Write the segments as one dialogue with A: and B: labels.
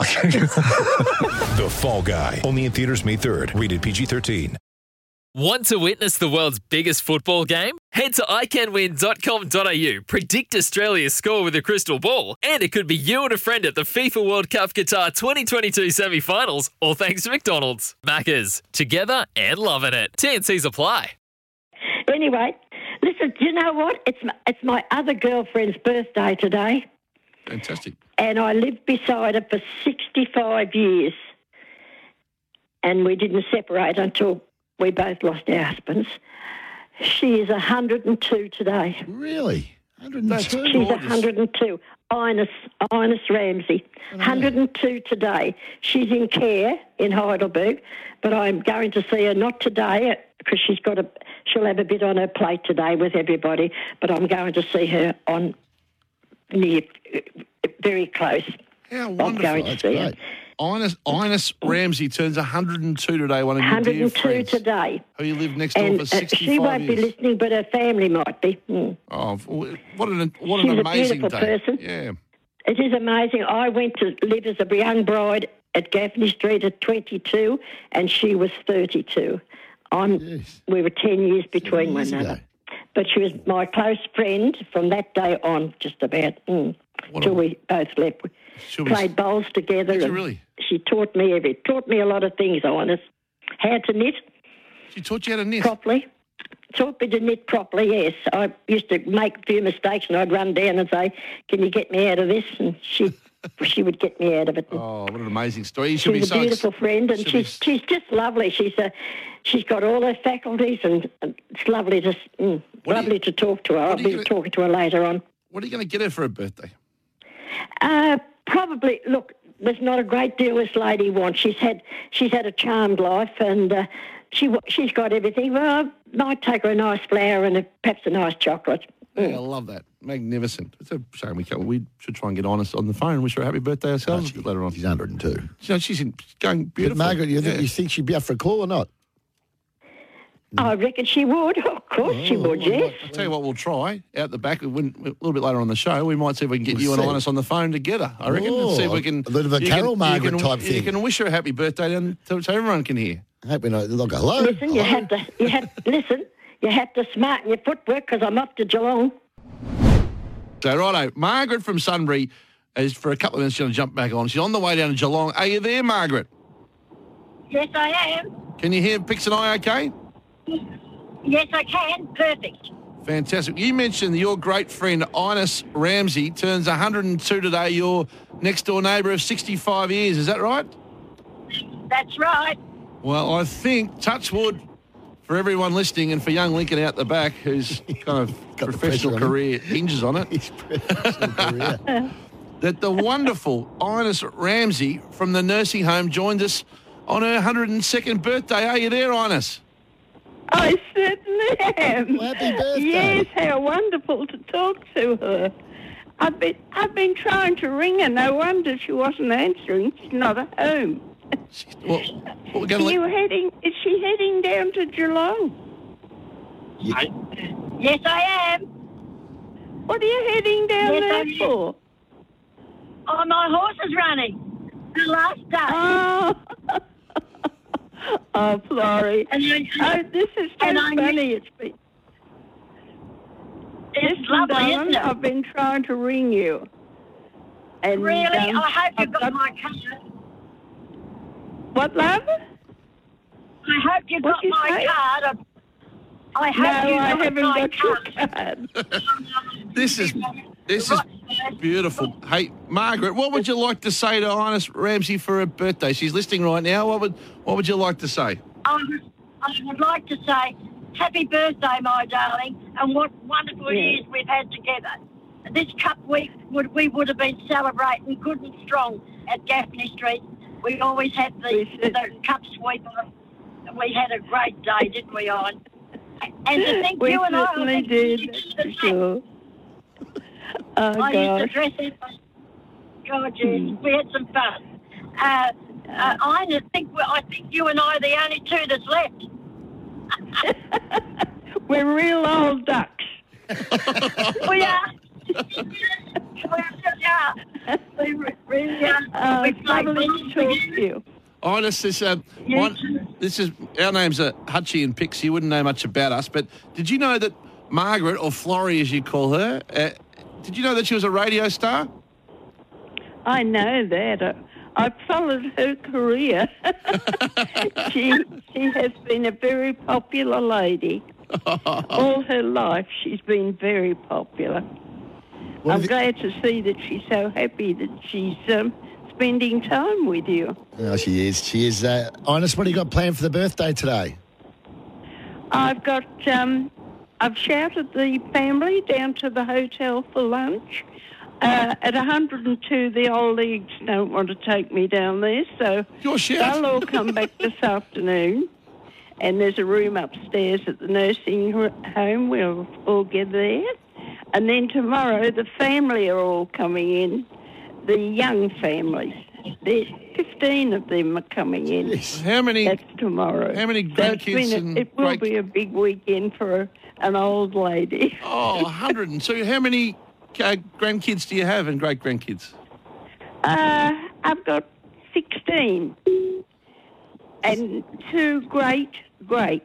A: The Fall Guy. Only in theaters May 3rd. Rated PG-13.
B: Want to witness the world's biggest football game? Head to iCanWin.com.au, predict Australia's score with a crystal ball, and it could be you and a friend at the FIFA World Cup Qatar 2022 semi finals, all thanks to McDonald's. Maccas, together and loving it. TNC's apply.
C: Anyway, listen, do you know what? It's my, it's my other girlfriend's birthday today,
D: Fantastic.
C: and I lived beside her for 65 years. And we didn't separate until we both lost our husbands. She is 102 today.
D: Really?
C: She's
D: 102.
C: 102. Ines, Ines Ramsey,
D: Mm.
C: 102 today. She's in care in Heidelberg, but I'm going to see her not today because she's got a she'll have a bit on her plate today with everybody. But I'm going to see her on near, very close.
D: Mm, How
C: I'm
D: wonderful.
C: going to
D: That's
C: see
D: great. Ines,
C: Mm.
D: Ines Ramsey turns 102 today, one of your dear
C: 102
D: friends,
C: today,
D: who you live next door
C: and
D: for
C: uh,
D: 65
C: she won't
D: years.
C: be listening, but her family might be. Mm.
D: Oh, f- what an what
C: She's
D: an
C: a
D: amazing
C: beautiful
D: day.
C: person.
D: Yeah.
C: It is amazing. I went to live as a young bride at Gaffney Street at 22, and she was 32. I'm,
D: Yes.
C: We were 10 years between one
D: years ago.
C: another. But she was my close friend from that day on, just about, mm,
D: What
C: till
D: a-
C: we both left. We
D: She'll be-
C: played bowls together.
D: Did you
C: and
D: really?
C: She taught me every, taught me a lot of things, honest. How to knit
D: she taught you how to knit.
C: properly. Taught me to knit properly, yes. I used to make a few mistakes and I'd run down and say, Can you get me out of this? And she she would get me out of it.
D: Oh, what an amazing story. You should be
C: she's
D: so
C: a
D: ex-
C: beautiful friend and
D: should be
C: she's she's just lovely. She's a, she's got all her faculties and, and it's lovely to s- mm,
D: What do you-
C: lovely to talk to her. I'll
D: do
C: be
D: you gonna-
C: talking to her later on.
D: What are you going to get her for her birthday?
C: Uh, probably. Look, there's not a great deal this lady wants. She's had she's had a charmed life, and uh, she wa- she's got everything. Well, I might take her a nice flower and a, perhaps a nice chocolate.
D: Yeah, I love that. Magnificent. It's a shame we can't. We should try and get honest on the phone and wish her a happy birthday ourselves later on.
E: She's 102.
D: You know, she's in, going
E: But
D: beautiful.
E: Margaret, you, think
D: Yeah.
E: you think she'd be up for a call or not?
C: I reckon she would. Of course she
D: Oh,
C: would. Yes.
D: I'll tell you what, we'll try out the back when, a little bit later on the show. We might see if we can get
E: We'll
D: you and
E: see.
D: Ines on the phone together. I reckon. and
E: Oh,
D: see if we can
E: a bit of a
D: you can-
E: Carol
D: you
E: Margaret
D: can-
E: type
D: You
E: thing.
D: can wish her a happy birthday and so so everyone can hear.
E: I hope we know. Like, hello?
C: Listen, you
E: Hello?
C: have to you have listen. You have to smarten your footwork because I'm off to Geelong.
D: So righto, Margaret from Sunbury is for a couple of minutes. She's going to jump back on. She's on the way down to Geelong. Are you there, Margaret?
C: Yes, I am.
D: Can you hear Pix and I? Okay.
C: Yes, I can. Perfect.
D: Fantastic. You mentioned that your great friend Ines Ramsey turns 102 today, your next door neighbour of 65 years. Is that right?
C: That's right.
D: Well, I think touch wood for everyone listening and for young Lincoln out the back, whose kind of
E: Got the
D: professional
E: pressure on him.
D: career hinges on it,
E: His professional career.
D: that the wonderful Ines Ramsey from the nursing home joined us on her 102nd birthday. Are you there, Ines?
C: I certainly am.
E: Well, happy birthday.
C: Yes, how wonderful to talk to her. I've been I've been trying to ring her. No wonder she wasn't answering. She's not at home.
D: She's- Well, well, we're
C: Are
D: going
C: you
D: to let,
C: heading? Is she heading down to Geelong? yes, I am. What are you heading down there for? Oh, my horse is running. The last day. Oh. Oh, Florrie. oh, this is so funny. It's been... It's lovely, isn't it? I've been trying to ring you. And, um, really? Oh, I hope you've got, my card. What, love? I hope you got my card. I hope no, you I haven't got your card.
D: this is this is beautiful. Hey, Margaret, what would you like to say to Ines Ramsey for her birthday? She's listening right now. What would what would you like to say?
C: I would, I would like to say happy birthday, my darling, and what wonderful years we've had together. This cup week would we would have been celebrating good and strong at Gaffney Street. We always had the, the cup sweep on.
F: we had a great day, didn't we, Ian? And to think
C: We
F: you and I, I
C: certainly
F: think
C: did.
F: we used to dress-
C: Sure. Oh,
F: I used
C: gosh. Hmm.
F: to dress in. God, yes, we had some fun. Uh, uh, I just think we- I think you and I are the only two that's left.
C: We're real old ducks.
F: We are. we really are. We re- really are.
C: Uh,
F: we
C: it's lovely to talk to you.
D: Honest, this, um,
F: Yes.
D: one, this is our names are Hutchie and Pixie. You wouldn't know much about us, but did you know that Margaret or Florrie, as you call her, uh, did you know that she was a radio star?
C: I know that. I, I followed her career. she she has been a very popular lady. All her life, she's been very popular.
E: What
C: I'm
E: have you-
C: glad to see that she's so happy that she's um, spending time with you.
E: Oh, she is. She is. Uh, honest, what do you got planned for the birthday today?
C: I've got um, I've shouted the family down to the hotel for lunch. Uh, at 102, the old leagues don't want to take me down there, so
D: Your shout.
C: they'll all come back this afternoon. And there's a room upstairs at the nursing ho- home. We'll all get there. And then tomorrow, the family are all coming in. The young families. There's 15 of them are coming in.
D: How many?
C: That's tomorrow.
D: How many
C: So it's been
D: grandkids
C: a-
D: and
C: it will
D: great-
C: be a big weekend for a, an old lady.
D: Oh, 100. And so, how many uh, grandkids do you have and great grandkids?
C: Uh, I've got 16 and two great, great,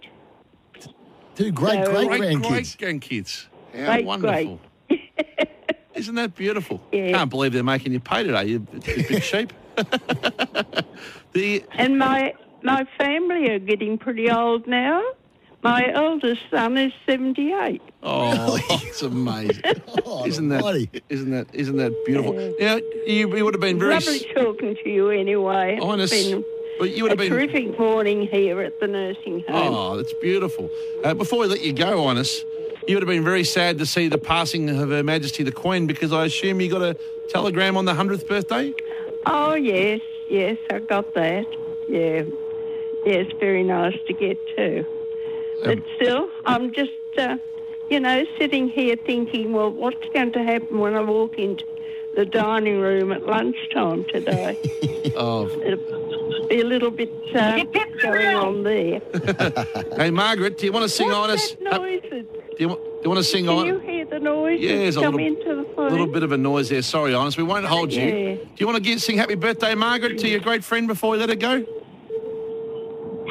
E: Two great,
C: So- uh,
E: great,
D: Great,
E: grandkids.
D: great grandkids. How
C: Great,
D: wonderful. Isn't that beautiful?
C: Yeah.
D: Can't believe they're making you pay today, you b- you big sheep. the,
C: and my my family are getting pretty old now. My oldest son is 78.
D: oh, it's amazing.
E: Oh,
D: Isn't that,
E: almighty.
D: isn't that, isn't that beautiful? Now, you, you would have been very s-
C: Lovely talking to you anyway.
D: honest,
C: It's been
D: but you would
C: a
D: have been
C: terrific morning here at the nursing home.
D: Oh, that's beautiful. Uh, before we let you go, Honest, you would have been very sad to see the passing of Her Majesty the Queen because I assume you got a telegram on the 100th birthday?
C: Oh yes, yes, I got that. Yeah, yes, very nice to get
D: Um,
C: too. But still, I'm just, uh, you know, sitting here thinking, well, what's going to happen when I walk into the dining room at lunchtime today?
D: Oh.
C: It'll be a little bit uh,
F: Hip, hip,
C: going
F: hooray.
C: on there.
D: Hey, Margaret, do you want to sing
C: what's
D: Honest?
C: that noise? It's-
D: do, you, wa- do you want to sing
C: Can you
D: on?
C: hear the noise
D: Yeah,
C: that's
D: there's a
C: come
D: little-
C: into the
D: A
C: phone?
D: little bit of a noise there. Sorry, Honest, we won't hold you.
C: Yeah.
D: Do you want to get, sing Happy Birthday, Margaret, to your great friend before we let her go?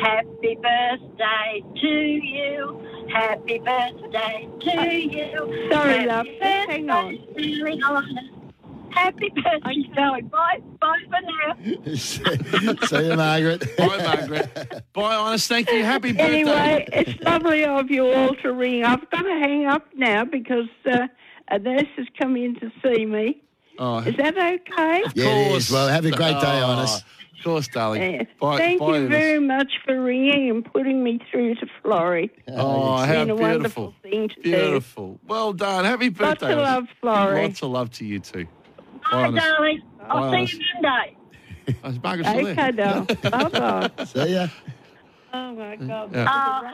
F: Happy birthday to you. Happy birthday to you.
C: Sorry,
F: Happy
C: love. Just hang on.
F: birthday, Hang on. Happy birthday, Zoe. Bye, bye for now.
E: See you, Margaret.
D: Bye, Margaret. Bye, Honest. Thank you. Happy birthday.
C: Anyway, it's lovely of you all to ring. I've got to hang up now because uh, a nurse has come in to see me.
D: Oh,
C: Is that okay?
E: Yeah, it is. Well, have a great day,
D: Oh,
E: Honest.
D: Of course, darling.
C: Yeah.
D: Bye,
C: Thank
D: bye,
C: you
D: Honest.
C: very much for ringing and putting me through to Florrie.
D: Oh,
C: It's
D: how
C: been a
D: beautiful.
C: wonderful thing to
D: Beautiful. Well done. Happy
C: do. Lots
D: birthday.
C: of love, Florrie.
D: Lots of love to you too.
F: Bye,
D: Honest.
F: darling. I'll
D: Honest.
F: see you Monday.
D: Oh, is Margaret still
C: Okay,
D: there?
C: doll. Bye bye.
E: See ya.
C: Oh, my God.
F: Uh,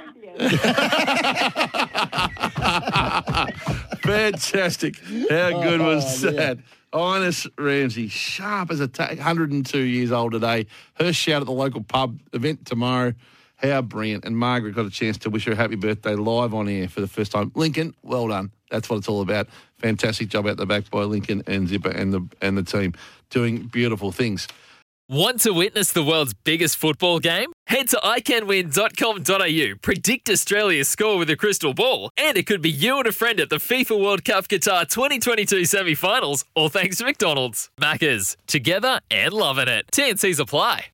D: Fantastic. How good was
E: Oh, yeah.
D: that? Honest Ramsey, sharp as a tack, 102 years old today. Her shout at the local pub event tomorrow. How brilliant. And Margaret got a chance to wish her a happy birthday live on air for the first time. Lincoln, well done. That's what it's all about. Fantastic job out the back by Lincoln and Zipper and the and the team doing beautiful things.
B: Want to witness the world's biggest football game? Head to iCanWin.com.au, predict Australia's score with a crystal ball, and it could be you and a friend at the FIFA World Cup Qatar 2022 semi finals, all thanks to McDonald's. Maccas, together and loving it. TNCs apply.